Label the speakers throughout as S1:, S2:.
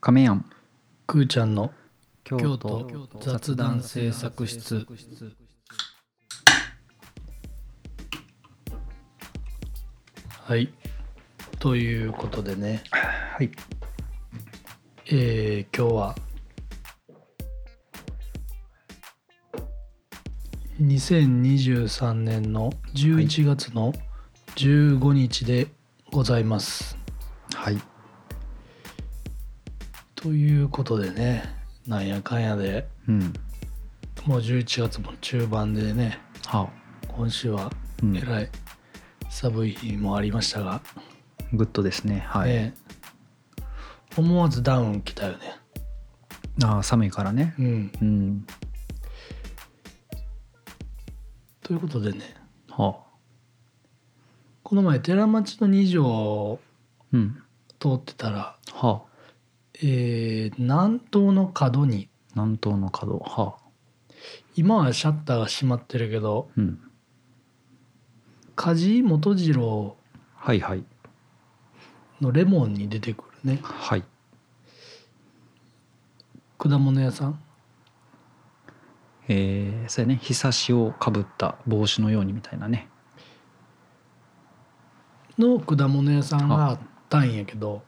S1: 亀庵
S2: くーちゃんの
S1: 京
S2: 京都雑談制作室はいということでね
S1: はい
S2: えー、今日は2023年の11月の15日でございます、
S1: はい
S2: ということでねなんやかんやで
S1: うん
S2: もう11月も中盤でね
S1: は
S2: 今週は
S1: うん
S2: えらい寒い日もありましたが、
S1: あグッドですねはい、
S2: ね思わずダウン来たよね
S1: ああ寒いからね
S2: うん
S1: うん
S2: ということでね
S1: はあ
S2: この前寺町の2条を
S1: うん
S2: 通ってたら
S1: はあ
S2: えー南東の角に
S1: 南東の角はあ
S2: 今はシャッターが閉まってるけど
S1: うん
S2: 梶井元次郎
S1: はいはい
S2: のレモンに出てくるね
S1: はい
S2: 果物屋さん
S1: えー、そうやねひさしをかぶった帽子のようにみたいなね
S2: の果物屋さんがあったんやけど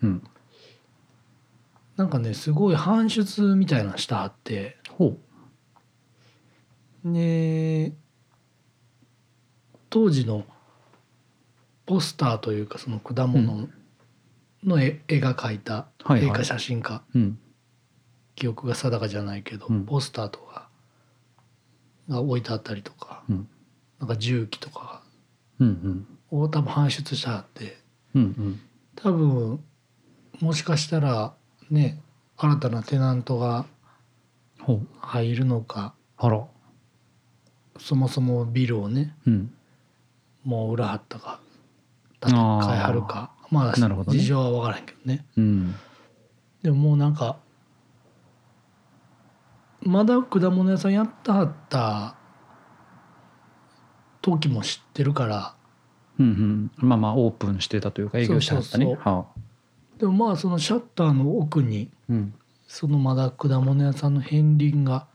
S1: うん
S2: なんかねすごい搬出みたいなのしたはって
S1: ほ
S2: で当時のポスターというかその果物の絵,、絵が描いた
S1: うはい
S2: 絵
S1: は
S2: か
S1: い
S2: 写真か、
S1: うん
S2: 記憶が定かじゃないけど、
S1: うん
S2: ポスターとかが置いてあったりとか
S1: うん
S2: なんか重機とか
S1: うんうん
S2: を多分搬出したはって
S1: うんうん
S2: 多分もしかしたらね新たなテナントが
S1: ほう
S2: 入るのか
S1: あら
S2: そもそもビルをね
S1: うん
S2: もう裏張ったか建て替え張るかまあ
S1: なるほどね
S2: 事情は分からへんけどね
S1: うん
S2: でももうなんかまだ果物屋さんやったはった時も知ってるから
S1: うんうんまあまあオープンしてたというか営業してはったね
S2: そうそう
S1: はあ
S2: でもまあそのシャッターの奥に
S1: うん
S2: そのまだ果物屋さんの片鱗が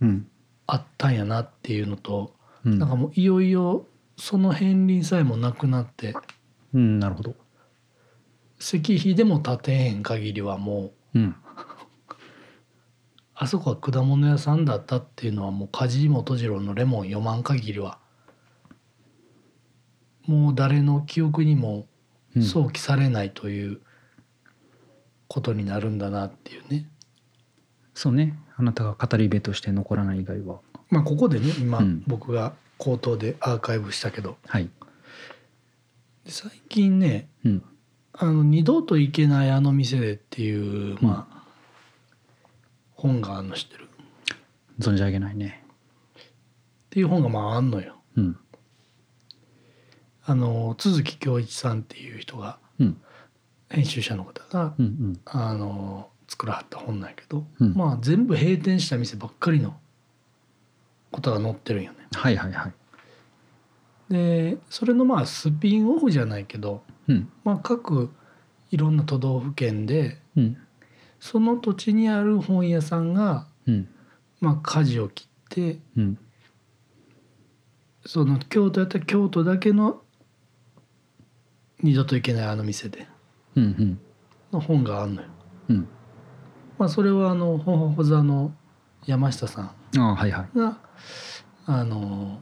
S1: うん
S2: あったんやなっていうのと、
S1: うん
S2: なんかもういよいよその片鱗さえもなくなって
S1: うんなるほど
S2: 石碑でも建てへん限りはも
S1: う
S2: う
S1: ん
S2: あそこは果物屋さんだったっていうのはもう梶本次郎の「レモン」読まん限りはもう誰の記憶にも
S1: うん
S2: 想起されないということになるんだなっていうね、
S1: そうねあなたが語り部として残らない以外は
S2: まあここでね今
S1: うん
S2: 僕が口頭でアーカイブしたけど、
S1: はい
S2: で最近ね
S1: うん
S2: あの二度と行けないあの店でっていう、まあ、本があんの知ってるっ
S1: 存じ上げないね
S2: ていう本がまああんのよ。
S1: うん
S2: あの都築恭一さんっていう人が
S1: うん
S2: 編集者の方が、
S1: うんうん
S2: あの作らはった本なんやけど、
S1: うん
S2: まあ全部閉店した店ばっかりのことが載ってるんよね。
S1: はいはいはい
S2: でそれのまあスピンオフじゃないけど、
S1: うん
S2: まあ、各いろんな都道府県で
S1: うん
S2: その土地にある本屋さんが、
S1: うん
S2: まあ、舵を切って
S1: うん
S2: その京都やったら京都だけの二度と行けないあの店で
S1: うんうん
S2: の本があんのよ。
S1: うん
S2: まあ、それはあのほほほ座の山下さん
S1: ああはいはい
S2: があの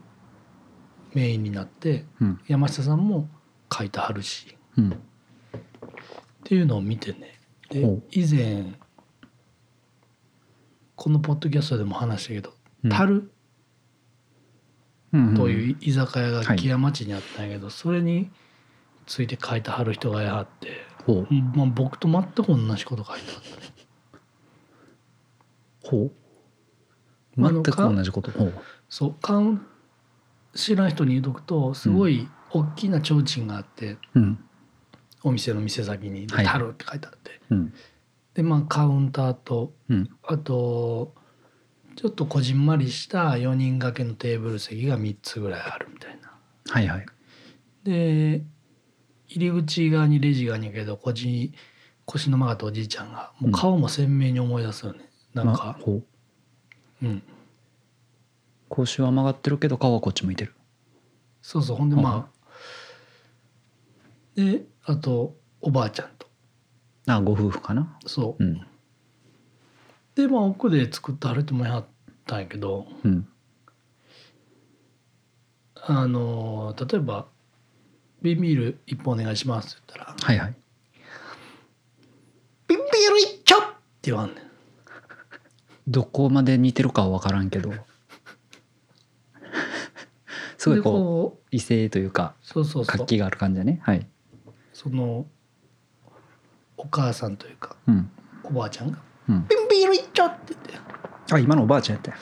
S2: メインになって
S1: うん
S2: 山下さんも書いてはるし
S1: うん
S2: っていうのを見てねで
S1: ほう
S2: 以前このポッドキャストでも話したけど「樽、
S1: うん
S2: という居酒屋が
S1: はい
S2: 木屋町にあったんやけど、それについて書いてはる人がやはって、
S1: ほう
S2: まあ、僕と全く同じこと書いてあったね。
S1: ほう
S2: あ
S1: 全
S2: の
S1: く
S2: か
S1: 同じことほう
S2: そうカウン知らん人に言うとくとすごい大きな提灯があって、
S1: うん
S2: お店の店先に「
S1: はい
S2: タロ」って書いてあって、
S1: うん
S2: でまあカウンターと
S1: うん
S2: あとちょっとこじんまりした4人掛けのテーブル席が3つぐらいあるみたいな。
S1: はいはい
S2: で入り口側にレジがあるんやけどこじ腰の曲がったおじいちゃんがもう顔も鮮明に思い出すよね、なん
S1: ま
S2: か、
S1: こう
S2: うん、
S1: 腰は曲がってるけど顔はこっち向いてる
S2: そうそうほんでまあ、であとおばあちゃんと
S1: あご夫婦かな
S2: そう
S1: うん
S2: でまあ奥で作ってはるってもやったんやけど
S1: うん
S2: あの例えば「ビンビール一本お願いします」って言った
S1: は
S2: ら
S1: いはい
S2: 「ビンビール一丁!」って言わんねん
S1: どこまで似てるかは分からんけどすごい
S2: で
S1: こう
S2: こ
S1: 異性というか
S2: うそうそうそ
S1: 活
S2: う
S1: 気がある感じだねはい
S2: そのお母さんというか
S1: うん
S2: おばあちゃんが
S1: うん
S2: 「ビンビール一丁!」って言って
S1: あ今のおばあちゃんやったよ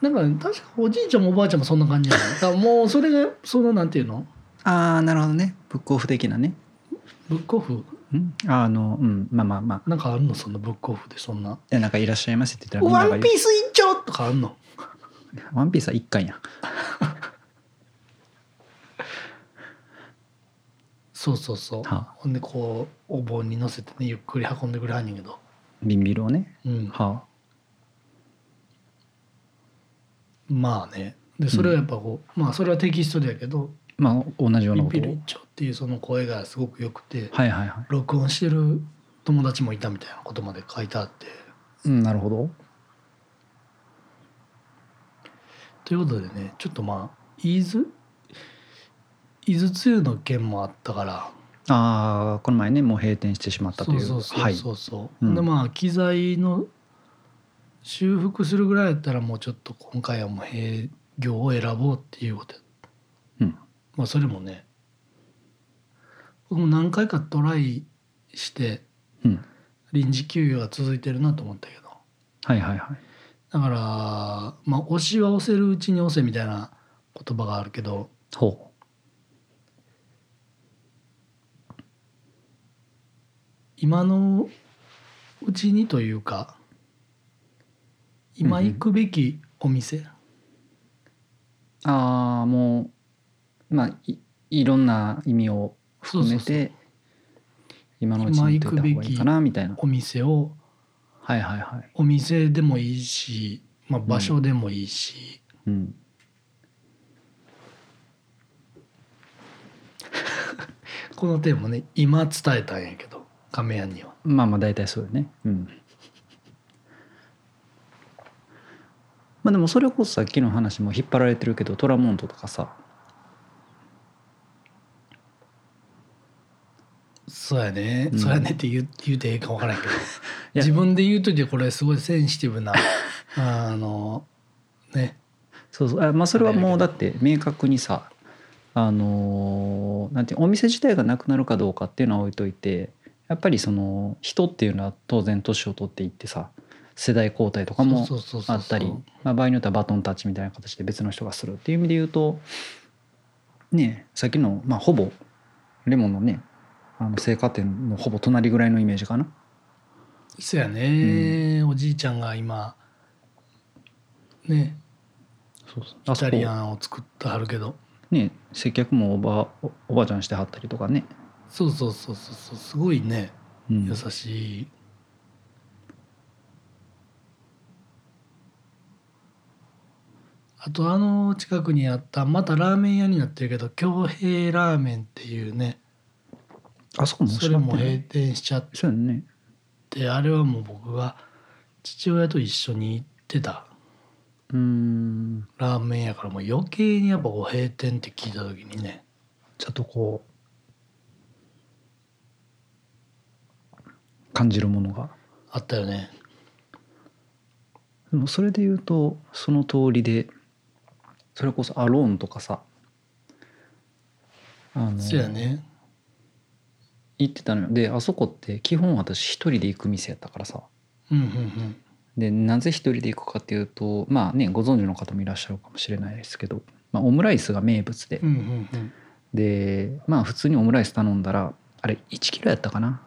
S2: なんか、ね、確かおじいちゃんもおばあちゃんもそんな感じじゃないだからもうそれがそのなんていうの
S1: ああなるほどねブックオフ的なね
S2: ブックオフ
S1: うんあのうんまあまあまあ
S2: なんかあるのそんなブックオフでそんな。
S1: いやなんかいらっしゃいませって言ったらみん
S2: ワ
S1: なが
S2: ン
S1: 言
S2: ピース一丁とかあんの
S1: うワンピースは一巻や
S2: そうそうそう。
S1: は
S2: ほんでこうお盆に乗せてねゆっくり運んでくれはんねんけど、
S1: ビンビルをね
S2: うん、
S1: は
S2: まあねでそれはやっぱこう、まあそれはテキストでやけど
S1: あまあ同じ
S2: 「
S1: よう
S2: ビ
S1: な
S2: ン
S1: こ
S2: ピ
S1: と
S2: ル一
S1: を
S2: 丁」っていうその声がすごくよくて
S1: はいはいは
S2: 録音してる友達もいたみたいなことまで書いてあって。
S1: いうんなるほど
S2: ということでねちょっとまあ伊豆伊豆梅雨の件もあったから
S1: ああこの前ねもう閉店してしまったと
S2: そ
S1: いうう
S2: そうそうそうそう、
S1: うん
S2: でまあ機材の修復するぐらいやったらもうちょっと今回はもう営業を選ぼうっていうことや
S1: はいうん、
S2: まあそれもね僕も何回かトライして
S1: うん、
S2: 臨時休業が続いてるなと思ったけど
S1: はいはいはい
S2: だからまあ押しは押せるうちに押せみたいな言葉があるけど
S1: ほ
S2: 今のうちにというか今行くべきお店、
S1: うああもうまあいいろんな意味を含めて
S2: そうそうそう
S1: 今のうちに言っといた方がいいかなみたいな
S2: お店を
S1: はいはいはい
S2: お店でもいいし、まあ、場所でもいいし、
S1: うん
S2: このテーマね今伝えたんやけど亀屋には
S1: まあまあ大体そうよねうんまあでもそれこそさっきの話も引っ張られてるけどトラモントとかさ
S2: そうやね、
S1: うん
S2: そうやねって言う言うてええか分からんけど
S1: や
S2: 自分で言うといてこれすごいセンシティ ブなあのね
S1: そうそうあまあそれはもうだって明確にさあのーなんていうお店自体がなくなるかどうかっていうのは置いといてやっぱりその人っていうのは当然年を取っていってさ世代交代とかも
S2: そうそうそうそう
S1: あったりまあ場合によってはバトンタッチみたいな形で別の人がするっていう意味で言うとねえさっきの、まあ、ほぼレモンのねあの青果店のほぼ隣ぐらいのイメージかな。
S2: そうやね、おじいちゃんが今ね
S1: そうそう
S2: イ
S1: あそ
S2: タ
S1: こ
S2: リアンを作ってはるけど
S1: ね接客もおばおおばあちゃんしてはったりとかね。
S2: そうそうそうそうそうすごいね
S1: うん
S2: 優しい、あとあの近くにあったまたラーメン屋になってるけど京平ラーメンっていうね
S1: あそこも
S2: それも
S1: 閉
S2: 閉
S1: 店
S2: 店しちゃっ
S1: そうやんね。
S2: てあれはもう僕が父親と一緒に行ってた
S1: うーん。
S2: ラーメン屋からもう余計にやっぱこう閉店って聞いた時にね
S1: ちょっとこう感じるものが。
S2: あったよね
S1: でもそれで言うとその通りでそれこそ「アローン」とかさあの
S2: そうやね
S1: 行ってたのよであそこって基本私一人で行く店やったからさ
S2: うんうんうん
S1: でなぜ一人で行くかっていうとまあねご存知の方もいらっしゃるかもしれないですけど、まあ、オムライスが名物で、
S2: うんうんうん
S1: でまあ普通にオムライス頼んだらあれ1キロやったかな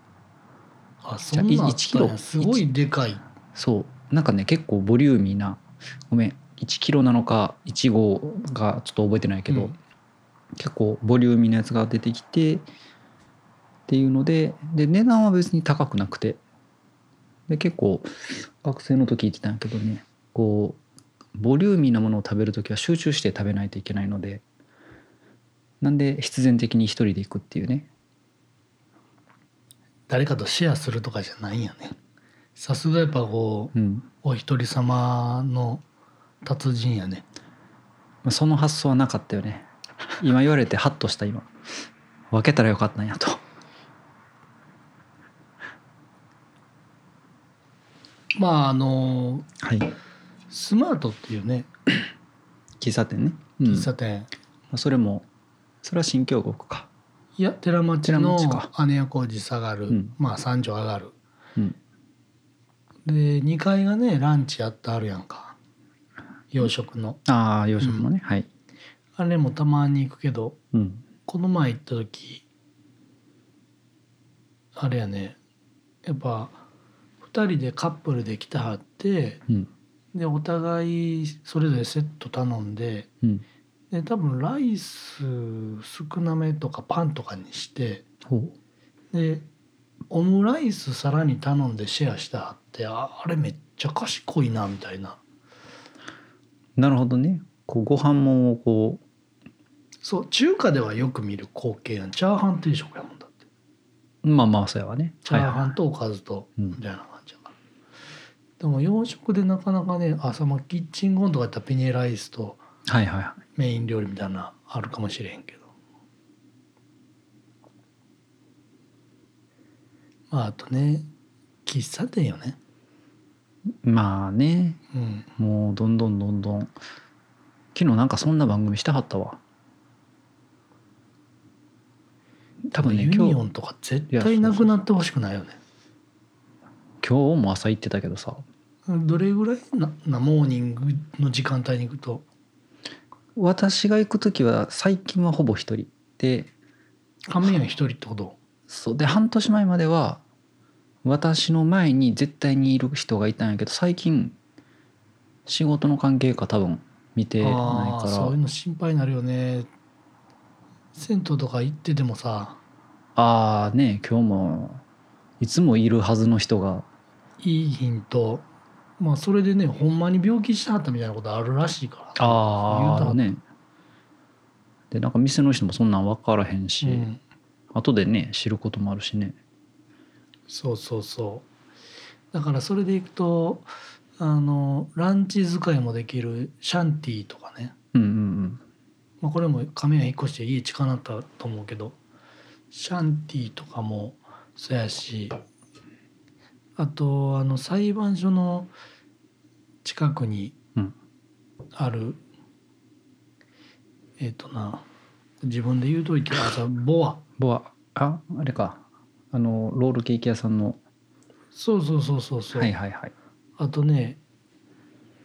S2: あそんなんあ
S1: い
S2: っ
S1: 1キ
S2: たんや
S1: ロ
S2: すごいでかい
S1: そうなんかね結構ボリューミーなごめん1キロなのか1号がちょっと覚えてないけど、
S2: うん
S1: 結構ボリューミーなやつが出てきてっていうのでで値段は別に高くなくてで結構学生の時言ってたんやけどねこうボリューミーなものを食べる時は集中して食べないといけないのでなんで必然的に一人で行くっていうね
S2: 誰かとシェアするとかじゃないんやねさすがやっぱこう
S1: うん、
S2: お一人様の達人やね
S1: まあその発想はなかったよね今言われてハッとした今分けたらよかったんやと
S2: まああの
S1: はい
S2: スマートっていうね
S1: 喫茶店ね、うん
S2: 喫茶店、
S1: まあそれもそれは新京極か
S2: いや寺町の
S1: 寺町
S2: 姉屋小路下がる、
S1: うん
S2: まあ三条上がる
S1: うん
S2: で2階がねランチやってあるやんか洋食の
S1: ああ洋食のね、はい、
S2: あれもたまに行くけど
S1: うん、
S2: この前行った時あれやねやっぱ2人でカップルで来たはって
S1: うん
S2: でお互いそれぞれセット頼んで
S1: うん
S2: で多分ライス少なめとかパンとかにして
S1: ほう
S2: でオムライスさらに頼んでシェアしたはってああれめっちゃ賢いなみたいな
S1: なるほどねこうご飯もこう
S2: そう中華ではよく見る光景やんチャーハン定食やもんだって
S1: まあまあそうやわね
S2: チャー
S1: はい
S2: ハ
S1: はい
S2: ンとおかずと
S1: うん
S2: みたいな感じやから、でも洋食でなかなかね朝まあキッチンゴンとかやったらペニエライスと
S1: はいはいはい
S2: メイン料理みたいなのあるかもしれへんけどまああとね喫茶店よね
S1: まあね
S2: うん
S1: もうどんどんどんどん昨日なんかそんな番組してはったわ多分ね
S2: ユ
S1: 今
S2: ニオ
S1: 日
S2: ンとか絶対なくなってほしくないよね
S1: 今日も朝行ってたけどさ
S2: どれぐらいななモーニングの時間帯に行くと
S1: 私が行く時は最近はほぼ一人で
S2: 亀屋一人ってこと
S1: そうで半年前までは私の前に絶対にいる人がいたんやけど最近仕事の関係か多分見てない
S2: ああ
S1: から
S2: ーそういうの心配になるよね銭湯とか行ってでもさ
S1: ああね今日もいつもいるはずの人が
S2: いいヒントまあそれでねほんまに病気してはったみたいなことあるらしいから
S1: あ
S2: 言うた
S1: あねでなんか店の人もそんなん分からへんし、
S2: うん、
S1: 後でね知ることもあるしね
S2: そうそうそうだからそれで行くとあのランチ使いもできるシャンティーとかね、
S1: うんうん
S2: まあ、これも亀屋引っ越して家近なったと思うけどシャンティーとかもそうやしあとあの裁判所の近くに
S1: うん
S2: ある、えっ、とな自分で言うといてあさボア
S1: うんボアああれかあのロールケーキ屋さんの
S2: そうそうそうそうそう、
S1: はいはいはい
S2: あとね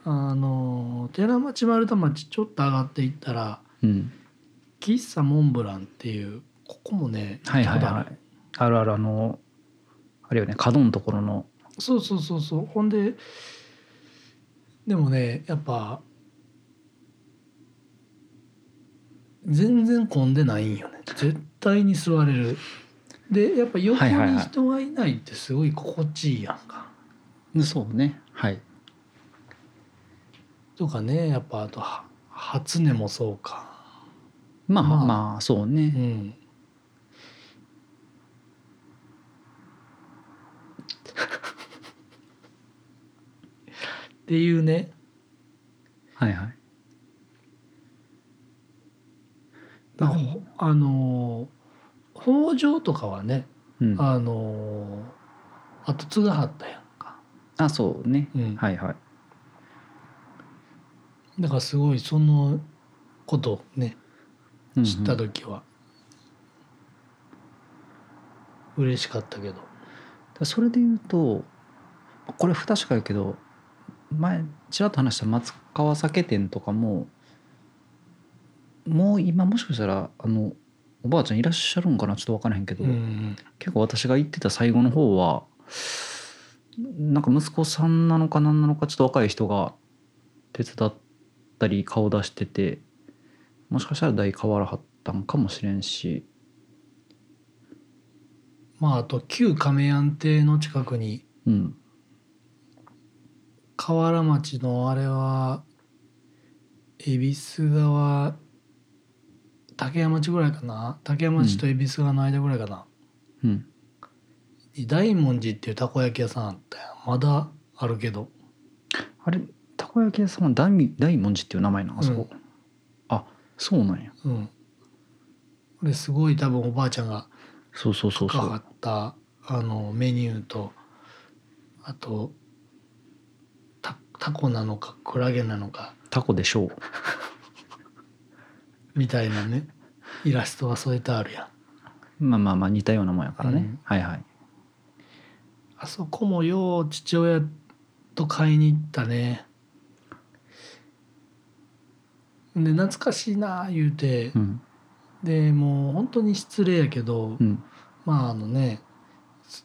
S2: あの寺町丸太町ちょっと上がっていったら
S1: うん
S2: 喫茶モンブランっていうここもね
S1: はいはい
S2: 行ったことあ
S1: は
S2: る
S1: いあるあるあのあれよね角のところの
S2: そうそうそうそうほんででもねやっぱ全然混んでないんよね絶対に座れるでやっぱ横
S1: はいはい
S2: に
S1: はい
S2: 人がいないってすごい心地いいやんか、
S1: そうねはい
S2: とかねやっぱあとは初音もそうか
S1: まあ
S2: まあ
S1: まあそう
S2: う
S1: ね
S2: んっていうね
S1: はいはい
S2: だからほあのー北条とかはね、
S1: うん
S2: あのー後継がはったやんか、
S1: あそうね
S2: うん
S1: はいはい
S2: だからすごいそのことをね
S1: うんうん
S2: 知った時は嬉しかったけど、
S1: だからそれで言うとこれ不確かやけど前ちらっと話した松川酒店とかももう今もしかしたらあのおばあちゃんいらっしゃるんかなちょっと分からへんけど、
S2: うん
S1: 結構私が行ってた最後の方はなんか息子さんなのか何なのかちょっと若い人が手伝ったり顔出しててもしかしたら代変わらはったんかもしれんし
S2: まああと旧亀安邸の近くに
S1: うん
S2: 河原町のあれは恵比寿川竹山町ぐらいかな竹山町と恵比寿川の間ぐらいかな、
S1: うん
S2: に大文字っていうたこ焼き屋さんあったよまだあるけど
S1: あれたこ焼き屋さんは大み大文字っていう名前なのあそこ、あそうなんや
S2: うんこれすごい多分おばあちゃんが
S1: そうそうそうそ
S2: かか
S1: う
S2: ったあのメニューとあとたタコなのかクラゲなのか
S1: タコでしょう
S2: みたいなねイラストが添えてあるやん
S1: まあまあまあ似たようなもんやからね、
S2: うん
S1: はいはい
S2: あそこもよう父親と買いに行ったねで懐かしいなあ言うて、
S1: うん
S2: でもう本当に失礼やけど、
S1: うん
S2: まああのねず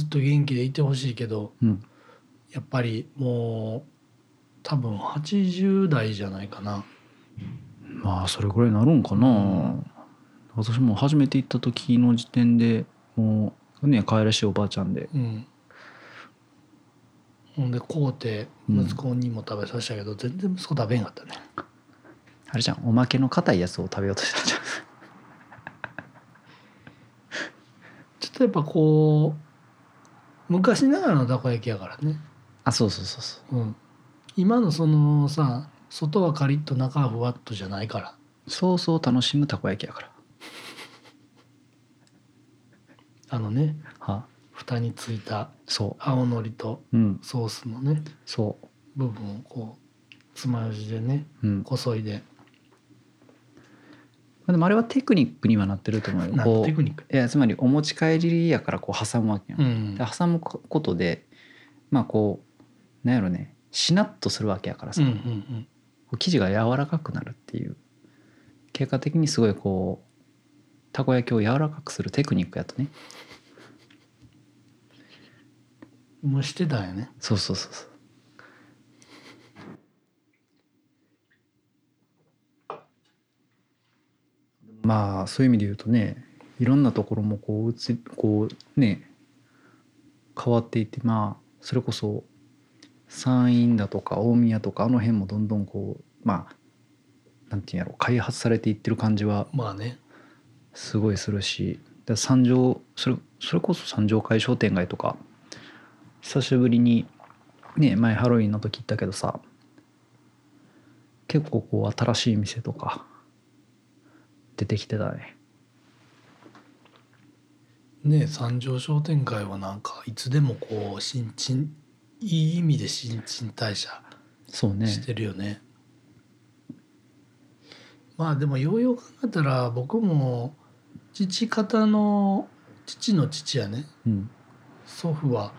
S2: ずっと元気でいてほしいけど
S1: うん
S2: やっぱりもう多分80代じゃないかな
S1: まあそれぐらいになるんかな、私も初めて行った時の時点でもうね可愛らしいおばあちゃんで
S2: うんほんで買うて息子にも食べさせたけど、全然息子食べへんかったね
S1: あれじゃんおまけの硬いやつを食べようとしたじゃん
S2: ちょっとやっぱこう昔ながらのたこ焼きやからね、
S1: あそうそうそうそう
S2: うん、今のそのさ外はカリッと中はふわっとじゃないから
S1: そうそう楽しむたこ焼きやから
S2: あのね
S1: は
S2: 蓋についた
S1: そ
S2: 青のりと
S1: ううん
S2: ソースのね
S1: そ
S2: 部分をこうつまようじでね
S1: ううん
S2: こそいで
S1: でもあれはテクニックにはなってると思うよ
S2: なん
S1: こ
S2: てテク
S1: う
S2: ニック、
S1: いやつまりお持ち帰りやからこう挟むわけやん、
S2: うん
S1: で、挟むことでまあこうなんやろねしなっとするわけやから
S2: う
S1: さ、
S2: んうんうん
S1: こう生地が柔らかくなるっていう結果的にすごいこうたこ焼きを柔らかくするテクニックやとね
S2: 蒸してたんやね
S1: そうそうそうそうまあそういう意味で言うとねいろんなところもこううちこうね変わっていってまあそれこそ山陰だとか大宮とかあの辺もどんどんこうまあなんていうんやろ開発されていってる感じは
S2: まあね
S1: すごいするしだ三条それそれこそ三条会商店街とか久しぶりにね前ハロウィンの時行ったけどさ結構こう新しい店とか出てきてたね
S2: ね三条商店街はなんかいつでもこう新陳いい意味で新陳代謝
S1: そうね
S2: してるよねまあでもようよう考えたら僕も父方の父の父やね
S1: うん
S2: 祖父は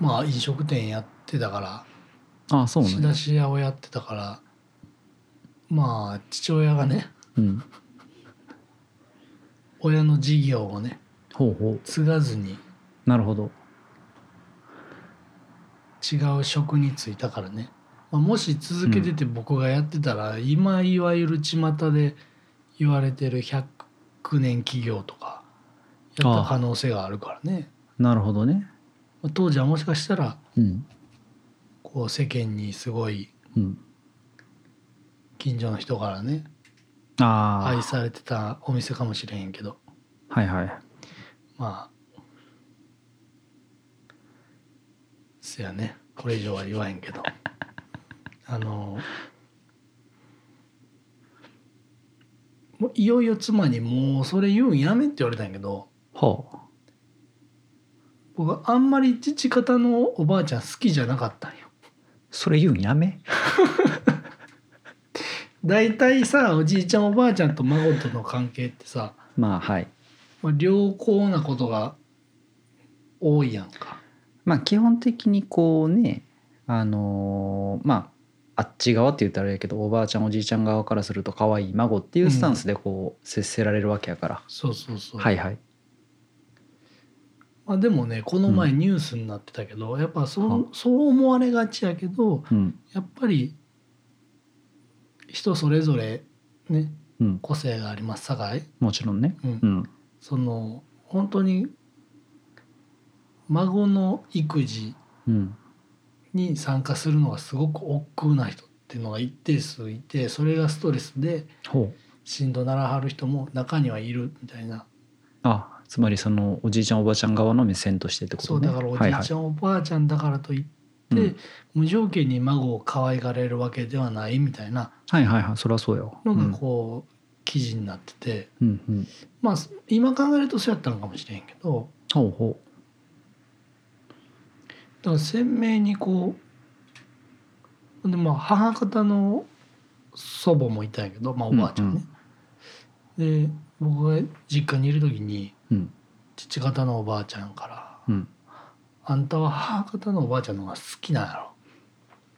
S2: まあ飲食店やってたから
S1: あそう
S2: 仕
S1: ね
S2: 出し屋をやってたからまあ父親がね
S1: うん
S2: 親の事業をね
S1: ほうほう
S2: 継がずに
S1: なるほど
S2: 違う職に就いたからね、まあ、もし続けてて僕がやってたら、今いわゆる巷で言われてる100年企業とかやった可能性があるからね
S1: なるほどね
S2: まあ当時はもしかしたら
S1: うん
S2: こう世間にすごい
S1: うん
S2: 近所の人からね
S1: あ
S2: 愛されてたお店かもしれへんけど
S1: あはいはい
S2: まあせやねこれ以上は言わへんけ どあのもういよいよ妻に「もうそれ言うんやめ」って言われたんやけど
S1: ほう
S2: 僕あんまり父方のおばあちゃん好きじゃなかったんよ。
S1: それ言うんやめ
S2: 大体さおじいちゃんおばあちゃんと孫との関係ってさ、
S1: まあはい
S2: まあ、良好なことが多いやんか。
S1: まあ基本的にこうねあのーまああっち側って言ったらあれやけどおばあちゃんおじいちゃん側からすると可愛い孫っていうスタンスでこう接せられるわけやから、
S2: そうそうそう。
S1: はいはい
S2: まあ、でもねこの前ニュースになってたけど、やっぱそ
S1: は
S2: うそう思われがちやけど
S1: うん
S2: やっぱり人それぞれね
S1: うん
S2: 個性がありますさかい、
S1: もちろんね
S2: うん
S1: うん
S2: その本当に孫の育児
S1: うん
S2: に参加するのがすごく億劫な人っていうのが一定数いてそれがストレスで
S1: ほう
S2: しんどならはる人も中にはいるみたいな
S1: あつまりそのおじいちゃんおばあちゃん側の目線としてってこ
S2: そ
S1: と
S2: う
S1: ね
S2: だからおじいちゃんおばあちゃんだからといって、
S1: うん
S2: 無条件に孫を可愛がれるわけではないみたいな
S1: はいはいはいはいそりゃそうよ
S2: のがこう、記事になってて
S1: うんうんうん
S2: まあ今考えるとそうやったのかもしれんけど
S1: ほうほ
S2: だから鮮明にこうでまあ母方の祖母もいたんやけど、まあ、おばあちゃんね。で僕が実家にいる時に
S1: ううん
S2: 父方のおばあちゃんから
S1: うん
S2: 「あんたは母方のおばあちゃんの方が好きなんやろ」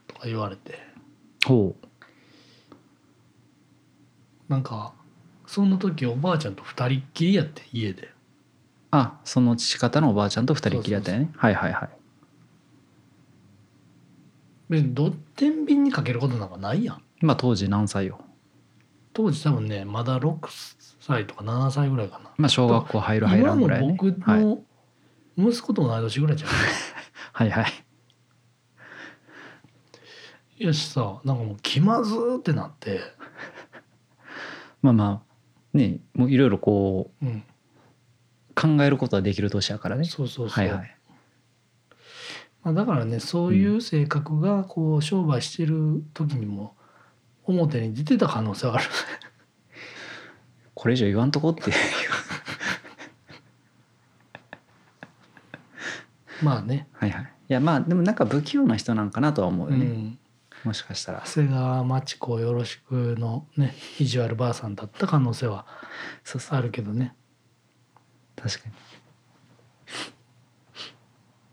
S2: とか言われて。
S1: ほう
S2: なんかその時おばあちゃんと二人っきりやって家で
S1: あその父方のおばあちゃんと二人っきりだったよねはいはいはい
S2: 別にど天秤にかけることなんかないやん
S1: 今当時何歳よ
S2: 当時多分ねまだ6歳とか7歳ぐらいか
S1: まあ小学校入る
S2: な
S1: 入ら
S2: 今
S1: ん
S2: の
S1: ぐらいね
S2: 僕
S1: はい
S2: の息子と同い年ぐらいじゃん、
S1: はいはい
S2: い、やしさなんかもう気まずーってなって、
S1: まあまあねもういろいろこう
S2: うん、
S1: 考えることはできる年やからね
S2: そうそうそ
S1: は
S2: う、
S1: いはい
S2: まあ、だからねそういう性格がこう商売してる時にも表に出てた可能性はある
S1: これ以上言わんとこっていう
S2: まあね、
S1: はいはいいやまあでもなんか不器用な人なんかなとは思う
S2: う
S1: よね、
S2: ん、
S1: もしかしたら
S2: 長谷川町子よろしくのね意地悪ばあさんだった可能性は
S1: そうそう
S2: あるけどね
S1: 確かに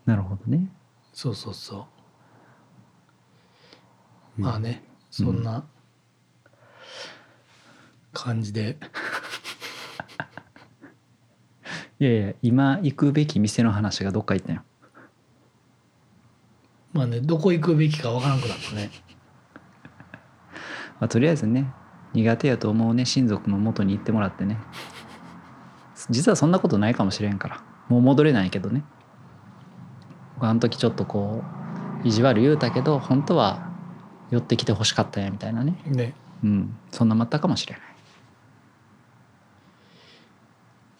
S1: なるほどね
S2: そうそうそう、
S1: うん
S2: まあねそんな感じで、
S1: いやいや今行くべき店の話がどっか行ったよ
S2: まあねどこ行くべきかわからんくなったね
S1: まあ、とりあえずね苦手やと思うね親族の元に行ってもらってね実はそんなことないかもしれんからもう戻れないけどね僕あの時ちょっとこう意地悪言うたけど本当は寄ってきてほしかったんやみたいなね
S2: ね
S1: うんそんなまったかもしれない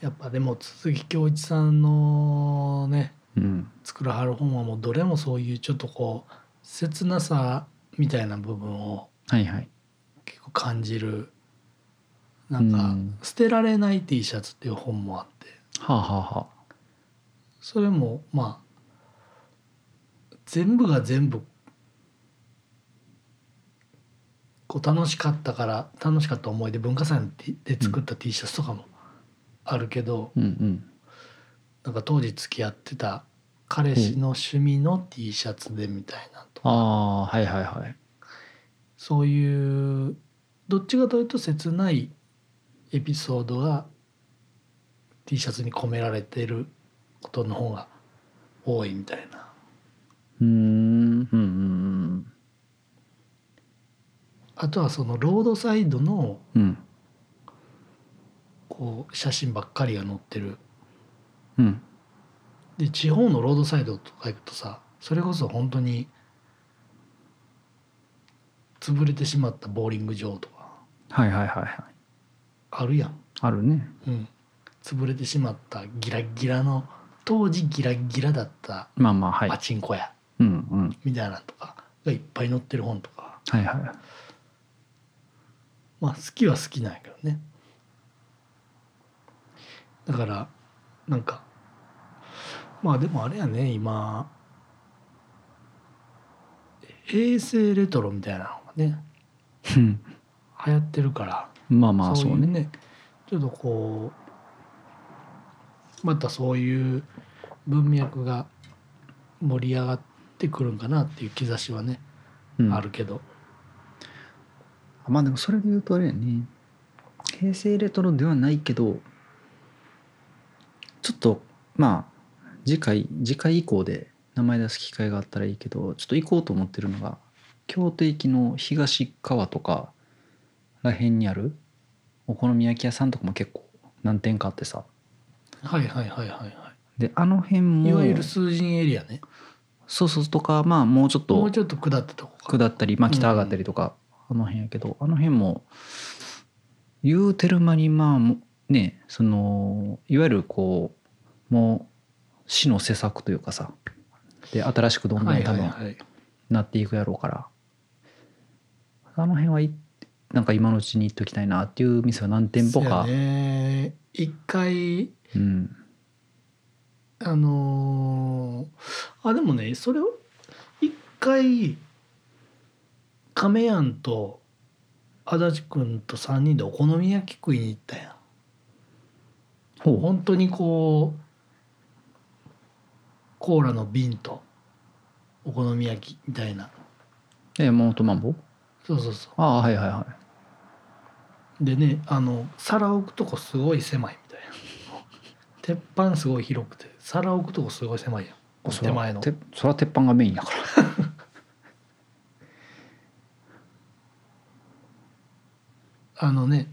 S2: やっぱでも鈴木恭一さんのね
S1: うん
S2: 作らはる本はもうどれもそういうちょっとこう切なさみたいな部分を
S1: はいはい
S2: 結構感じるなんか、
S1: うん
S2: 捨てられない T シャツ」っていう本もあって
S1: はあはあはあ
S2: それもまあ全部が全部こう楽しかったから楽しかった思い出文化祭の T- で作った T シャツとかもあるけど、
S1: うんうん
S2: なんか当時付き合ってた彼氏の趣味の T シャツでみたいなとか、
S1: ああーはいはいはい
S2: そういうどっちかというと切ないエピソードが T シャツに込められてることの方が多いみたいな。
S1: うーんうんうんうん
S2: あとはそのロードサイドの
S1: うん
S2: こう写真ばっかりが載ってる
S1: うん
S2: で地方のロードサイドとか行くとさそれこそ本当に潰れてしまったボーリング場とか
S1: はいはいはいはい
S2: あるやん、
S1: あるね
S2: うん、潰れてしまったギラギラの当時ギラギラだった
S1: まあまあはい
S2: パチンコ屋
S1: うんうん
S2: みたいなのとかがいっぱい載ってる本とか
S1: はいはい
S2: まあ好きは好きなんやけどねだからなんかまあでもあれやね今平成レトロみたいなのがね
S1: うん
S2: 流行ってるから
S1: まあまあそう
S2: い
S1: ね
S2: ちょっとこうまたそういう文脈が盛り上がってくるんかなっていう兆しはね、
S1: うん
S2: あるけど
S1: まあでもそれで言うとあれやね平成レトロではないけどちょっとまあ次回次回以降で名前出す機会があったらいいけどちょっと行こうと思ってるのが京都駅の東側とからへんにあるお好み焼き屋さんとかも結構何店かあってさ
S2: はいはいはいはいは
S1: であの辺
S2: い。い
S1: も
S2: わゆる数人エリアね。
S1: そうそうとかまあもうちょっ
S2: も
S1: と
S2: うちょっと下ったとこか。
S1: 下ったり、まあ、北上がったりとか、あの辺やけどあの辺も言うてる間にまあもうねそのいわゆるこうもう市の施策というかさで新しくどんど
S2: は
S1: ん
S2: い
S1: 多
S2: はい
S1: 分
S2: はい。
S1: なっていくやろうから、あの辺はいなんか今のうちに行っときたいなっていう店は何店舗か
S2: そうやね。一回
S1: うん、
S2: あのーあでもねそれを一回亀やんと足立くんと3人でお好み焼き食いに行ったや
S1: ほ
S2: ん
S1: う
S2: 本当にこうコーラの瓶とお好み焼きみたいな
S1: え山本マンボウ
S2: そうそうそ
S1: ああはいはいはいう
S2: でねあの皿置くとこすごい狭いみたいな鉄板すごい広くて皿置くとこすごい狭いやん
S1: そら
S2: 手前の
S1: てそら鉄板がメインやから
S2: あのね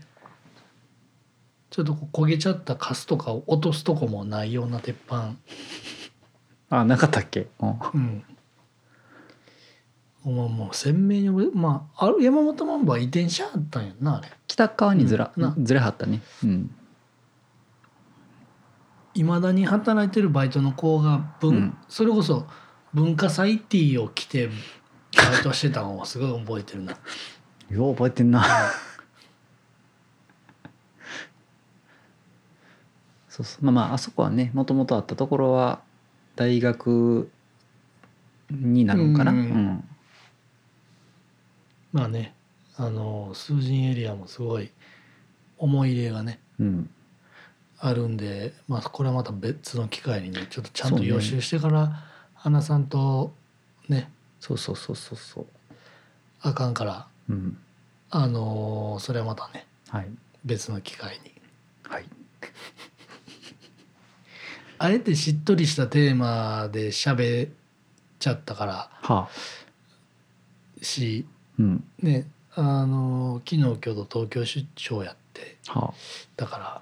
S2: ちょっとこう焦げちゃったカスとかを落とすとこもないような鉄板、
S1: あなかったっけ、うん、
S2: うん、もうもう鮮明に覚えまああれ山本マンボは移転しはったんやんなあれ
S1: 北側にずら、
S2: うんな
S1: ずれはったねうん
S2: いまだに働いてるバイトの子が文、
S1: うん
S2: それこそ文化祭 T を着てバイトしてたのをすごい覚えてるな
S1: よう覚えてんな そうそうまあまああそこはねもともとあったところは大学になるのかな
S2: う
S1: うんん、
S2: まあねあの数人エリアもすごい思い入れがね
S1: うん
S2: あるんで、まあ、これはまた別の機会にねちょっとちゃん
S1: そ
S2: と
S1: うね
S2: 予習してから花さんとね
S1: そうそうそうそうそう
S2: あかんから
S1: うん
S2: あのーそれはまたね
S1: はい
S2: 別の機会に
S1: はい
S2: あえてしっとりしたテーマで喋っちゃったから
S1: はあ
S2: し
S1: うん
S2: ねあのー昨日今日と東京出張やって
S1: は
S2: だから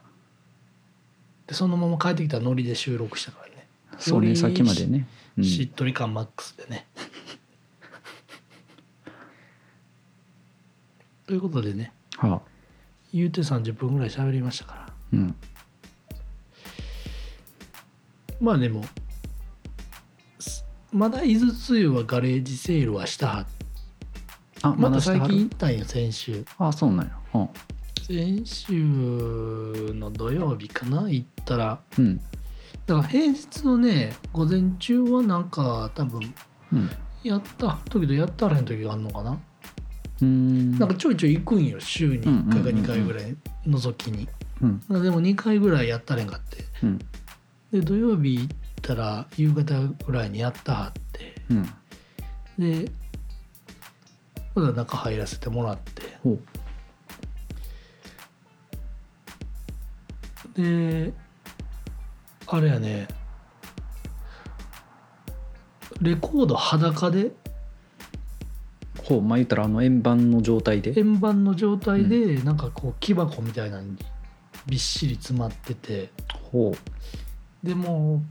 S2: でそのまま帰ってきたノリで収録したからね、
S1: あそう
S2: よ
S1: ね
S2: り
S1: さっきまでね、うん、
S2: しっとり感マックスでねということでね
S1: はあ
S2: 言うて30分ぐらい喋りましたから
S1: うん
S2: まあでもすまだ伊豆つゆはガレージセールはしたはっ
S1: あま
S2: また
S1: だして
S2: 最
S1: は
S2: 近
S1: る
S2: 行ったんよ先週
S1: あそうなんや、はあ
S2: 先週の土曜日かな行ったら
S1: うん
S2: だから平日のね午前中はなんか多分
S1: うん
S2: やったはる時とやったらへん時があるのかな
S1: うーん
S2: なんかちょいちょい行くんよ週に1回か2回
S1: うんうんうんうん
S2: ぐらい覗きに
S1: うん
S2: まあでも2回ぐらいやったらへんかって
S1: うん
S2: で土曜日行ったら夕方ぐらいにやったはって
S1: うん
S2: でまだ中入らせてもらって
S1: ほう
S2: であれやねレコード裸で
S1: ほうまあ言ったらあの円盤の状態で
S2: 円盤の状態でなんかこう木箱みたいなのにびっしり詰まってて
S1: ほう
S2: でも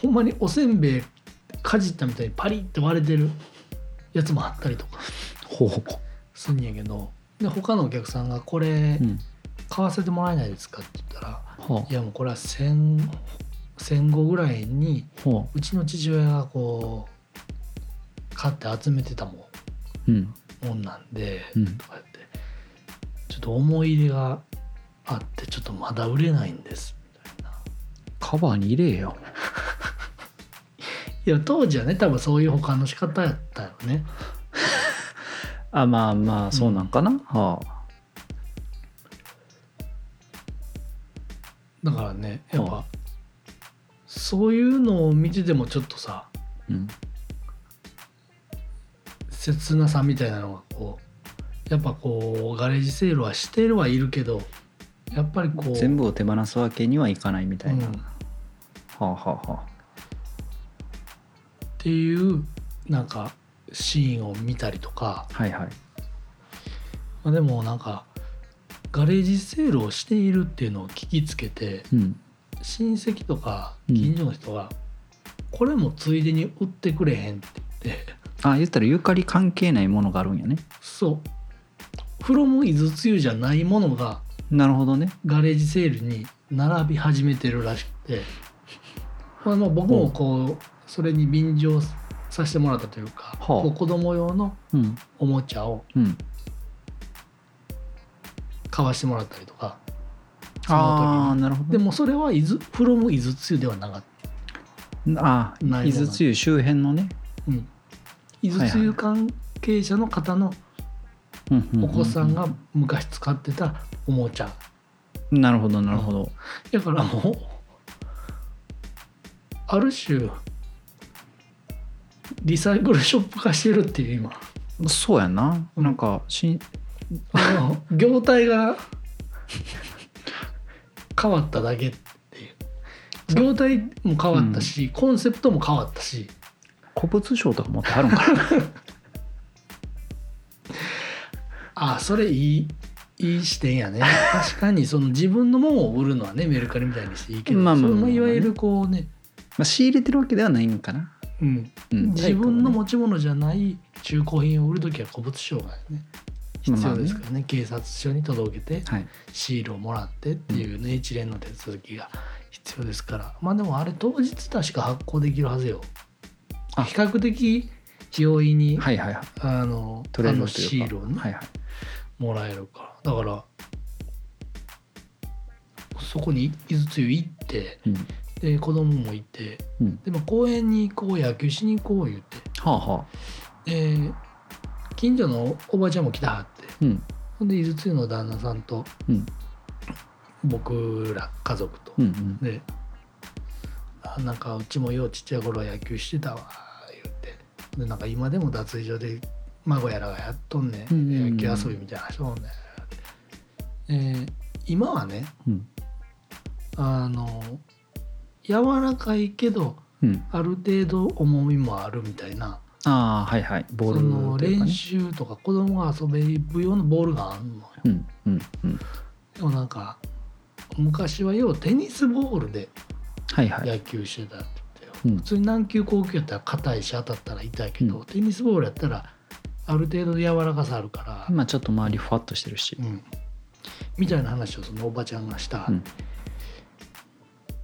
S2: うほんまにおせんべいかじったみたいにパリって割れてるやつもあったりとか
S1: ほう
S2: すんやけどで他のお客さんが「これ
S1: うん
S2: 買わせてもらえないですか?」って言ったら
S1: は
S2: 「いやもうこれは戦戦後ぐらいに
S1: あは
S2: うちの父親がこう買って集めてたも
S1: あうん
S2: んもんなんで」
S1: うん
S2: とか言って「ちょっと思い入れがあってちょっとまだ売れないんです」みたいな。
S1: カバーに入れよ
S2: いや当時はね多分そういう保管の仕方やったよね。
S1: あまあまあそうなんかな、はあ
S2: だからねやっぱ、
S1: は
S2: そういうのを見ててもちょっとさ
S1: うん
S2: 切なさみたいなのがこうやっぱこうガレージセールはしてるはいるけどやっぱりこう
S1: 全部を手放すわけにはいかないみたいな、
S2: うんっ
S1: はあはあは
S2: ていうなんかシーンを見たりとか、
S1: あはいはい
S2: まあ、でもなんかガレージセールをしているっていうのを聞きつけて
S1: うん
S2: 親戚とか
S1: うん
S2: 近所の人が、これもついでに売ってくれへんって言って
S1: あ言ったらゆかり関係ないものがあるんやね
S2: そうフロムイズつゆじゃないものが
S1: なるほどね
S2: ガレージセールに並び始めてるらしくて、まあ、まあ僕もこうそれに便乗させてもらったというか、
S1: はあ
S2: こう子供用の
S1: うん
S2: おもちゃを
S1: うん
S2: 買わしてもらったりとかそ
S1: ああ
S2: の
S1: ーなるほ
S2: 時
S1: ど
S2: で
S1: ね
S2: もそれは伊豆フロム伊豆つゆではなかった。
S1: あ
S2: ないもの
S1: ー伊豆つゆ周辺のね、
S2: うん、伊豆つゆ関係者の方の
S1: うんうんう
S2: お
S1: う
S2: 子さんが昔使ってたおもちゃ
S1: なるほどなるほど、
S2: だからもうある種リサイクルショップ化してるっていう今
S1: そうやな、
S2: うん
S1: なんかし
S2: あの業態が変わっただけっていう業態も変わったし、コンセプトも変わったし
S1: 古物商とか持ってはるん かな
S2: あそれいいいい視点やね確かにその自分のものを売るのはねメルカリみたいにしていいけど、
S1: まあまあまあまあ
S2: それもいわゆるこうね、
S1: まあ仕入れてるわけではないんかな、
S2: うん、
S1: うん、
S2: 自分の
S1: も
S2: 持ち物じゃない中古品を売る時は古物商がね必要ですからね,、警察署に届けて
S1: はい
S2: シールをもらってっていうね、一連の手続きが必要ですからまあでもあれ当日確か発行できるはずよ
S1: あ
S2: 比較的容易に、
S1: はいはいはい
S2: あの
S1: 取れ
S2: あ
S1: るという
S2: の
S1: か
S2: シールをね、
S1: はいはい
S2: もらえるからだからそこに伊豆つゆ行って
S1: うん
S2: で子供もいて
S1: うん
S2: で、まあ、公園に行こう野球しに行こう言って
S1: はあはあ
S2: で近所のおばあちゃんも来たはって
S1: うん
S2: ほんで伊豆つゆの旦那さんと
S1: うん
S2: 僕ら家族と、
S1: うんうん
S2: であなんかうちもようちっちゃい頃野球してたわ言ってでなんか今でも脱衣所で孫やらがやっとんね、
S1: うんうんうん
S2: 野球遊びみたいな人もね、えー今はね
S1: うん
S2: あの柔らかいけど
S1: うん
S2: ある程度重みもあるみたいな
S1: ああはいはいボ
S2: そ
S1: ー
S2: の
S1: ルというか
S2: 練
S1: ね
S2: 習とか子供が遊べるようなボールがあるのよ
S1: うんうんうん
S2: でもなんか昔はようテニスボールで
S1: はいはい
S2: 野球してたって言ってよ、
S1: うん
S2: 普通に軟球硬球やったら硬いし当たったら痛いけど、
S1: うん
S2: テニスボールやったらある程度柔らかさあるから、
S1: 今ちょっと周りふわっとしてるし
S2: うんみたいな話をそのおばちゃんがした、
S1: うん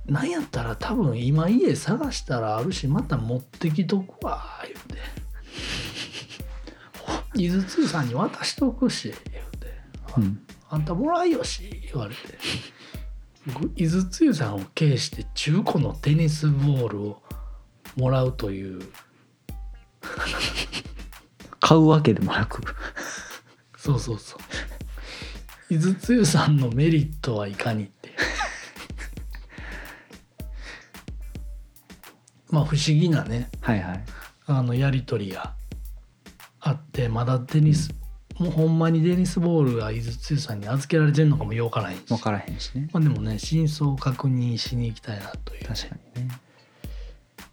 S2: なんやったら多分今家探したらあるしまた持ってきとくわ言 うて伊豆通さんに渡しとくし言うて
S1: うん
S2: あんたもらいよし言われて僕伊豆つゆさんを経して中古のテニスボールをもらうという
S1: 買うわけでもなく
S2: そうそうそう伊豆つゆさんのメリットはいかにって まあ不思議なね
S1: はいはい
S2: あのやり取りがあってまだテニス、もうほんまにテニスボールが伊豆つゆさんに預けられてるのかもようからへんし
S1: 分からへんしね
S2: まあ、でもね真相を確認しに行きたいなという
S1: 確かにね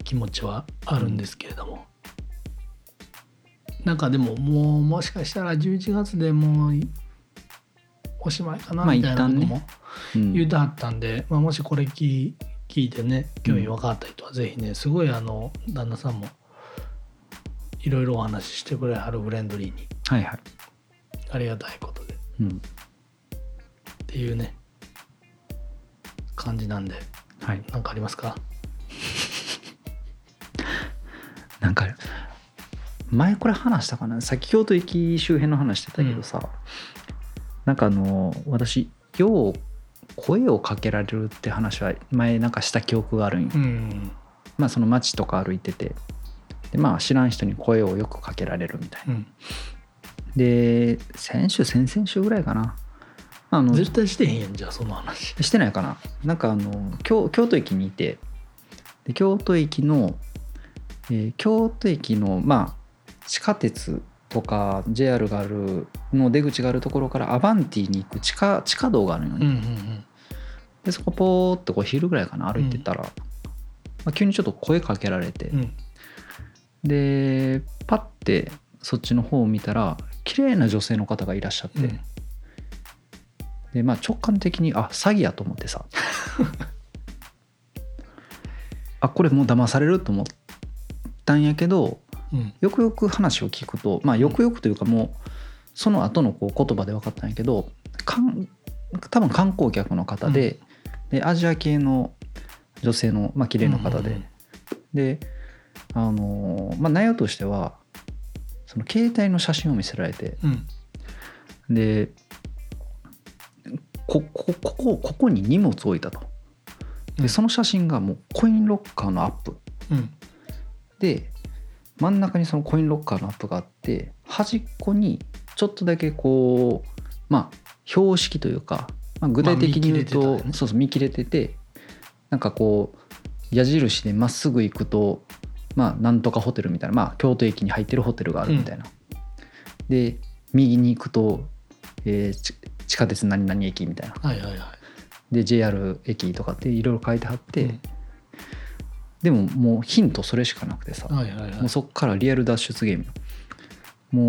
S2: 気持ちはあるんですけれども、なんかでももうもしかしたら11月でもういおしまいかな
S1: まあ
S2: みたいなこと
S1: 一旦
S2: も
S1: うん
S2: 言うてはったんで、まあ、もしこれ聞い聞いてね興味分かった人はぜひねすごいあの旦那さんもいろいろお話ししてくれはるフレンドリーに
S1: はいはい
S2: ありがたいことでっ
S1: うん
S2: ていうね感じなんで
S1: はい
S2: 何かありますか
S1: なんか前これ話したかなさっき京都駅周辺の話してたけどさ、なんかあの私よう声をかけられるって話は前なんかした記憶があるんよ
S2: うん
S1: まあその街とか歩いててでまあ知らん人に声をよくかけられるみたいな
S2: うん
S1: で先週先々週ぐらいかなあの
S2: 絶対してへんやんじゃあその話
S1: してないかななんかあの京京都駅にいてで京都駅の、えー京都駅のまあ地下鉄とか JR があるの出口があるところからアバンティに行く地下地下道があるのよ
S2: うん
S1: ね、
S2: うんうん
S1: でそこポーってこう昼ぐらいかな歩いてたら、まあ、急にちょっと声かけられて、
S2: うん
S1: でパッてそっちの方を見たら綺麗な女性の方がいらっしゃって、
S2: うん
S1: でまあ直感的にあ詐欺やと思ってさ あこれもう騙されると思ったんやけど
S2: うん
S1: よくよく話を聞くとまあよくよくというかもうその後のこう言葉で分かったんやけどかん多分観光客の方で,、でアジア系の女性のまあ綺麗な方で、
S2: うんうん
S1: であのーまあ、内容としてはその携帯の写真を見せられて
S2: うん
S1: でここここここに荷物を置いたと
S2: う
S1: で
S2: ん
S1: その写真がもうコインロッカーのアップ
S2: うん
S1: で真ん中にそのコインロッカーのアップがあって端っこにちょっとだけこうまあ標識というか、まあ、具体的に言うと、
S2: まあ見切れてたよね
S1: そうそう見切れててなんかこう矢印でまっすぐ行くとまあなんとかホテルみたいな、まあ、京都駅に入ってるホテルがあるみたいな、で右に行くと、えーち地下鉄何々駅みたいな
S2: はいはいは
S1: で JR 駅とかっていろいろ書いてあっ
S2: い
S1: て、でももうヒントそれしかなくてさ、
S2: うんはいはいはい
S1: もうそっからリアル脱出ゲーム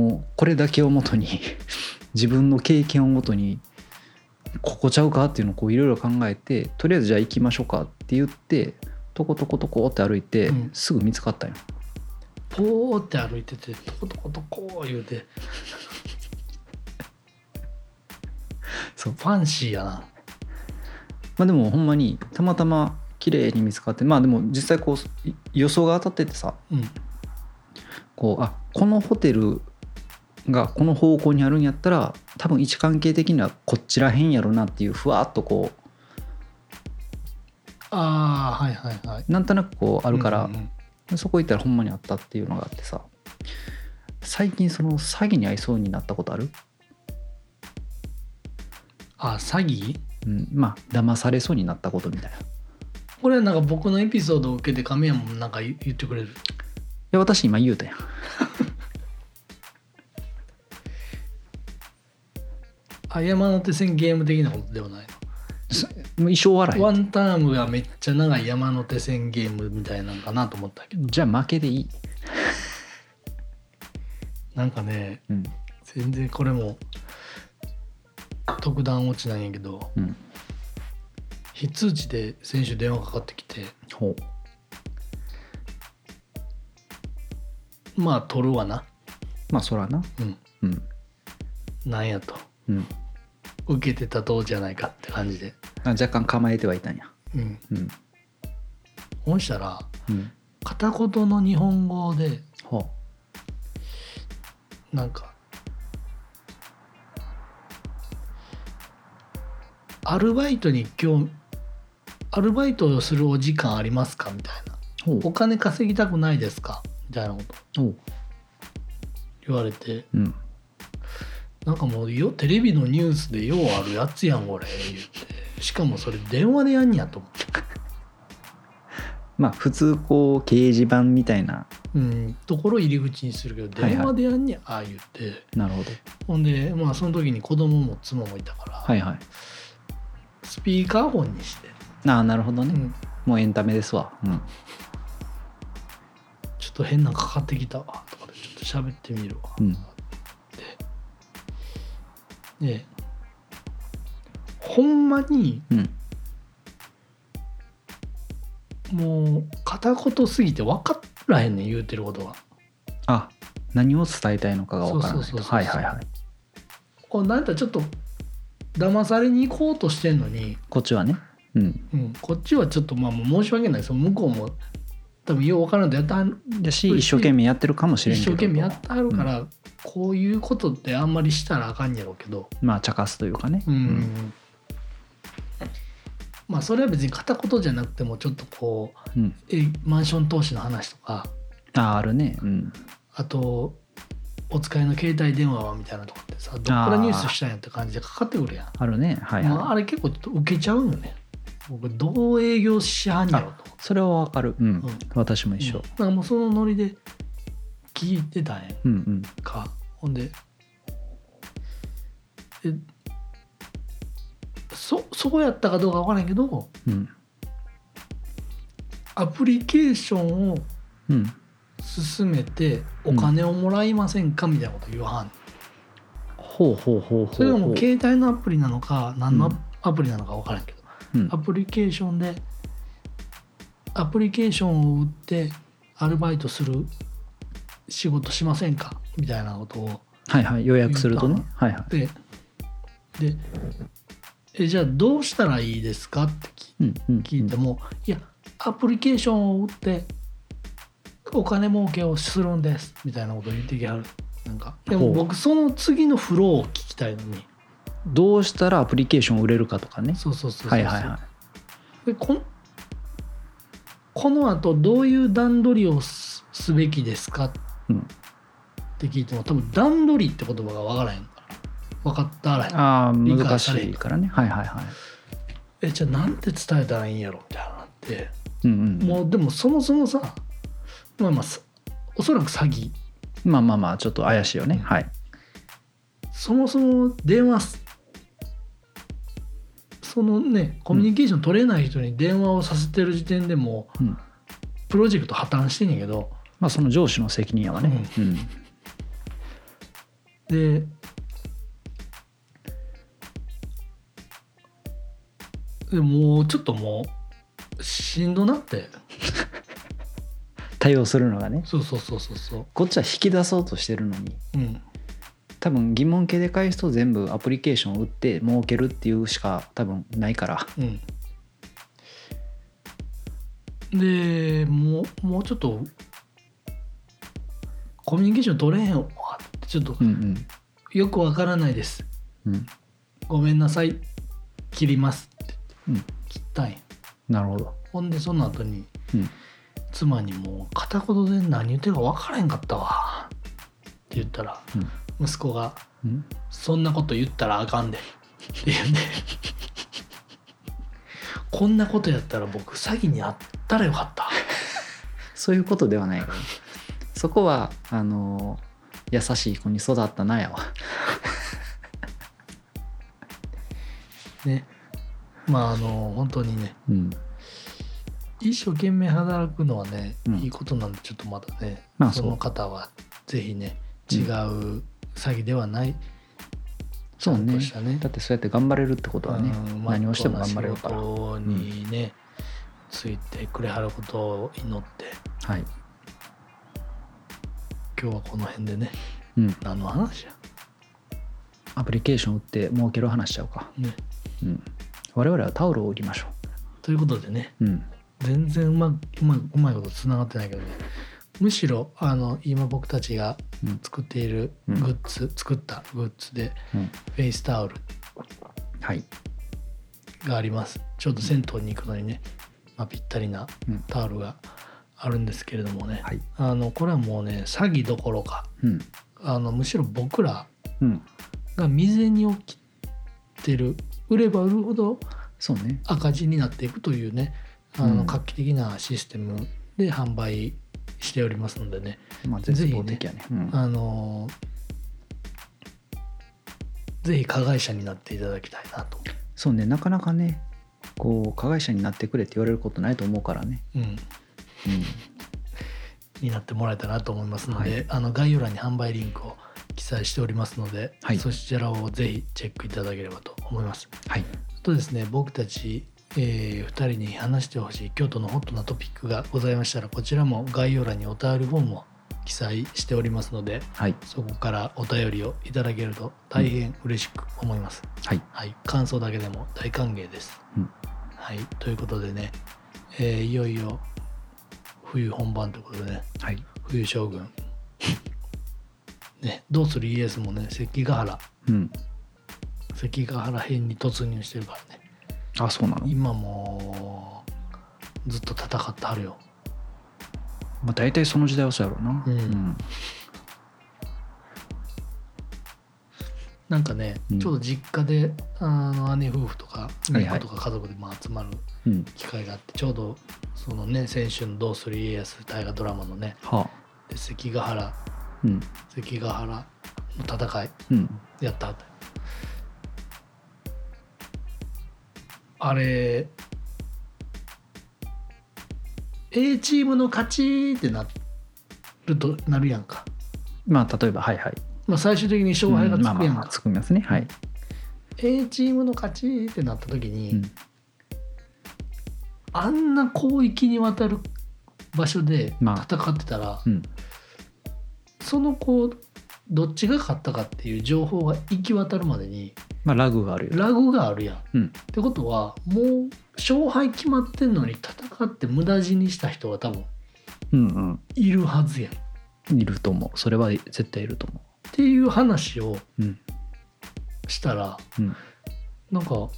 S1: もうこれだけをもとに 自分の経験をもとにここちゃうかっていうのをこういろいろ考えてとりあえずじゃあ行きましょうかって言ってとことことこって歩いて、
S2: うん
S1: すぐ見つかったんよ
S2: ポーって歩いててトコトコトコ言うて
S1: そう
S2: ファンシーやな
S1: まあでもほんまにたまたま綺麗に見つかってまあでも実際こうい予想が当たっててさ
S2: うん
S1: こうあこのホテルがこの方向にあるんやったら多分位置関係的にはこっちらへんやろなっていうふわっとこ
S2: ああはいはいはいう
S1: なんとなくこうあるから、
S2: うんうん
S1: そこ行ったらほんまにあったっていうのがあってさ最近その詐欺に遭いそうになったことある、
S2: あ詐欺
S1: うん、まあ騙されそうになったことみたいない
S2: これなんか僕のエピソードを受けて亀山もなんか言ってくれる
S1: や私今言うたやん
S2: あ山手線ゲーム的なことではない
S1: もう一生笑
S2: のワ
S1: い
S2: ンタームがめっちゃ長い山手線ゲームみたいなのかなと思ったけど
S1: じゃあ負けでいい、
S2: なんかね
S1: うん
S2: 全然これも特段落ちないんやけど
S1: うん、
S2: 非通知で先週電話かかってきて
S1: ほう
S2: まあ取るわな
S1: まあそらな
S2: うん
S1: うん
S2: なんやと
S1: うん
S2: 受けてたとじゃないかって感じで
S1: あ若干構えてはいたんや
S2: うん
S1: うん
S2: ほしたら
S1: うん
S2: 片言の日本語で
S1: ほう
S2: なんかアルバイトに今日アルバイトをするお時間ありますかみたいな
S1: ほう
S2: お金稼ぎたくないですかみたいなこと
S1: ほう
S2: 言われて
S1: うん
S2: なんかもうよテレビのニュースでようあるやつやん俺言ってしかもそれ電話でやんやと思って
S1: まあ普通こう掲示板みたいな
S2: うんところ入り口にするけど
S1: はいはい
S2: 電話でやんにゃ、ああ言って
S1: なるほど
S2: ほんでまあその時に子供も妻もいたから、
S1: はいはい
S2: スピーカーフォンにして、
S1: ああなるほどね、
S2: うん
S1: もうエンタメですわうん
S2: ちょっと変なんかかってきたわとかでちょっと喋ってみるわ、
S1: うん
S2: でほんまに
S1: うん
S2: もう片言すぎて分からへんねん言うてることが
S1: あ何を伝えたいのかがわからない
S2: そうそうそう
S1: と
S2: そう
S1: はいはいはい
S2: こうなんかちょっと騙されに行こうとしてんのに、
S1: こっちはねうん
S2: うん、こっちはちょっとまあもう申し訳ないその向こうも多分よう分からんとやったはん
S1: だし
S2: うん
S1: 一生懸命やってるかもしれん
S2: 一
S1: けど
S2: 生懸命やってはるから、こういうことってあんまりしたらあかんやろうけど
S1: まあ茶化すというかね
S2: うん、まあそれは別に片言じゃなくてもちょっとこう
S1: うん
S2: えマンション投資の話とか
S1: ああるねうん
S2: あとお使いの携帯電話はみたいなとこってさどっからニュースしたんやって感じでかかってくるやん
S1: あるねはい
S2: まあ、あ
S1: は
S2: れ結構ちょっと受けちゃうよね僕どう営業しはんやろと
S1: いそれはわかるうん、
S2: ん
S1: 私も一緒
S2: だからもうそのノリで聞いてたんやん
S1: うんうん
S2: かほんでえそそうやったかどうか分からんけど
S1: うん
S2: アプリケーションを
S1: うん
S2: 進めてお金をもらいませんかみたいなこと言わはんねん
S1: ほうほうほうほうほう
S2: それがもう携帯のアプリなのか何のアプリなのか分からんけど、
S1: うん
S2: アプリケーションでアプリケーションを売ってアルバイトする仕事しませんかみたいなことを
S1: はいはい予約するとねはいはい
S2: ででえじゃあどうしたらいいですかって聞
S1: うんうん
S2: 聞いても、いやアプリケーションを売ってお金儲けをするんですみたいなことを言ってきはるなんかで
S1: ほ
S2: も
S1: う
S2: 僕その次のフローを聞きたいのに
S1: どうしたらアプリケーションを売れるかとかね
S2: そうそうそうそう、
S1: はいはいはい
S2: でこんこの後どういう段取りをすすべきですかっ
S1: うん
S2: て聞いても多分段取りって言葉が分からへんから分かったらへん
S1: ああ
S2: 理解
S1: 難し
S2: され
S1: いからねはいはいはい
S2: えじゃあなんて伝えたらいいんやろみたいなのって
S1: うんうん
S2: もうでもそもそもさまあまあさおそらく詐欺
S1: まあまあまあちょっと怪しいよねはい
S2: そもそも電話すそのねコミュニケーション取れない人に電話をさせてる時点でもう、
S1: うん
S2: プロジェクト破綻してんねんけど
S1: まあその上司の責任やわねうん
S2: ででもうちょっともうしんどなって
S1: 対応するのがね
S2: そうそうそうそうそう
S1: こっちは引き出そうとしてるのに
S2: うん
S1: 多分疑問系で返すと全部アプリケーションを売って儲けるっていうしか多分ないから
S2: うんでもうもうちょっとコミュニケーション取れへんわってちょっと
S1: うん
S2: よくわからないです
S1: うんうん
S2: ごめんなさい切りますって
S1: うん
S2: 切ったんや
S1: なるほど
S2: ほんでその後に、
S1: うん
S2: 妻にもう片言で何言ってるか分からへんかったわって言ったら、息子が
S1: うん
S2: 「そんなこと言ったらあかんで」って言うんで「こんなことやったら僕詐欺にあったらよかった
S1: そういうことではないからねそこはあの優しい子に育ったなやわ」
S2: ねまああの本当にね
S1: うん
S2: 一生懸命働くのはね、
S1: うん
S2: いいことなんでちょっとまだね、
S1: まあ
S2: そ
S1: そう
S2: の方はぜひね
S1: うん
S2: 違う詐欺ではない、ち
S1: そ
S2: ゃ
S1: うん
S2: と
S1: ね
S2: したね
S1: だってそうやって頑張れるってことはね
S2: うん
S1: 何をしても頑張れるから
S2: まあこんな仕事にね、ついてくれはることを祈って
S1: はい
S2: 今日はこの辺でね
S1: うん
S2: 何の話や、
S1: アプリケーション売って儲ける話しちゃうか
S2: ね、
S1: うん我々はタオルを売りましょ
S2: ということでね
S1: ううん
S2: 全然うまくうまいうまいことつながってないけどねむしろあの今僕たちが
S1: うん
S2: 作っているグ
S1: うん
S2: ッズ、作ったグッズで
S1: うん
S2: フェイスタオル
S1: はい
S2: がありますちょうど銭湯に行くのにね、まあ、ぴったりな
S1: うん
S2: タオルがあるんですけれどもね、
S1: はい
S2: あのこれはもうね詐欺どころか
S1: うん
S2: あのむしろ僕ら
S1: うん
S2: が未然に起きてる売れば売るほど
S1: そうね
S2: 赤字になっていくというねあ
S1: う
S2: の
S1: ん
S2: 画期的なシステムで販売しておりますのでね、
S1: まあ絶望的やねうん
S2: あのぜひ加害者になっていただきたいなと、
S1: そうねなかなかねこう加害者になってくれって言われることないと思うからね、
S2: うん、
S1: うん、
S2: になってもらえたらなと思いますので、
S1: は
S2: あの概要欄に販売リンクを記載しておりますので、
S1: はい
S2: そちらをぜひチェックいただければと思います。
S1: はい
S2: あとですね僕たち、え2人に話してほしい京都のホットなトピックがございましたらこちらも概要欄にお便りフォームを記載しておりますので
S1: はい
S2: そこからお便りをいただけると大変嬉しく思います。
S1: はい
S2: はい、感想だけでも大歓迎です。
S1: うん
S2: はい、ということでね、えーいよいよ冬本番ということでね
S1: はい
S2: 冬将軍 ねどうする家康もね関ヶ原
S1: うん
S2: 関ヶ原編に突入してるからね
S1: あそうなの、ま
S2: 今もうずっと戦ってはるよ
S1: あ、大体その時代はそうやろうな
S2: うんなんかね、
S1: うん
S2: ちょうど実家であの姉夫婦とか
S1: はい
S2: 姪っ子とか家族でまあ集まる
S1: うん、うん
S2: 機会があって、ちょうどそのね先週の「どうする家康」大河ドラマのね
S1: は
S2: で関ヶ原
S1: あうん
S2: 関ヶ原の戦い
S1: うん
S2: やったあれ A チームの勝ちってなるとなるやんか、
S1: まあ例えばはいはい
S2: まあ、最終的に勝敗がつくやん
S1: まあまあ
S2: か、
S1: つくますねはい、
S2: A チームの勝ちってなった時に、
S1: うん
S2: あんな広域にわたる場所で
S1: ま
S2: 戦ってたら、
S1: うん
S2: そのこうどっちが勝ったかっていう情報が行き渡るまでに
S1: まあラグがあるよね
S2: ラグがあるやん。
S1: うん
S2: ってことはもう勝敗決まってんのに戦って無駄死にした人は多分
S1: うん
S2: いるはずやん。っ
S1: うんいると思うそれは絶対いると思
S2: ていう話を
S1: ううん
S2: したら、
S1: うん
S2: なんか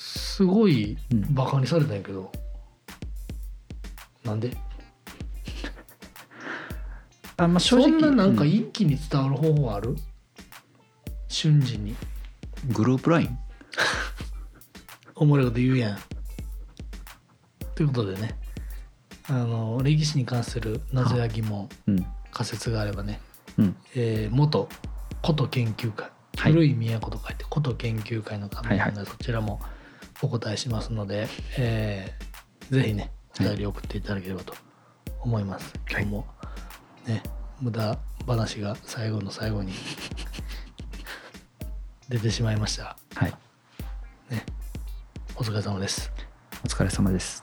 S2: すごい
S1: うん
S2: バカにされたんやけどなんで
S1: あまあ
S2: そんななんか
S1: う
S2: 一気に伝わる方法ある、瞬時に
S1: グループライン
S2: おもろいこと言うやん。ということでねあの歴史に関する謎や疑問
S1: うん
S2: 仮説があればね、
S1: うん
S2: えー元こと研究会、
S1: はい
S2: 古い都と書いてこと研究会の紙な
S1: はい
S2: ので、そちらもお答えしますので、えーぜひねお便り送っていただければと思います、
S1: はい
S2: 今日もね無駄話が最後の最後に 出てしまいました
S1: はい
S2: お疲れ様です
S1: お疲れ様です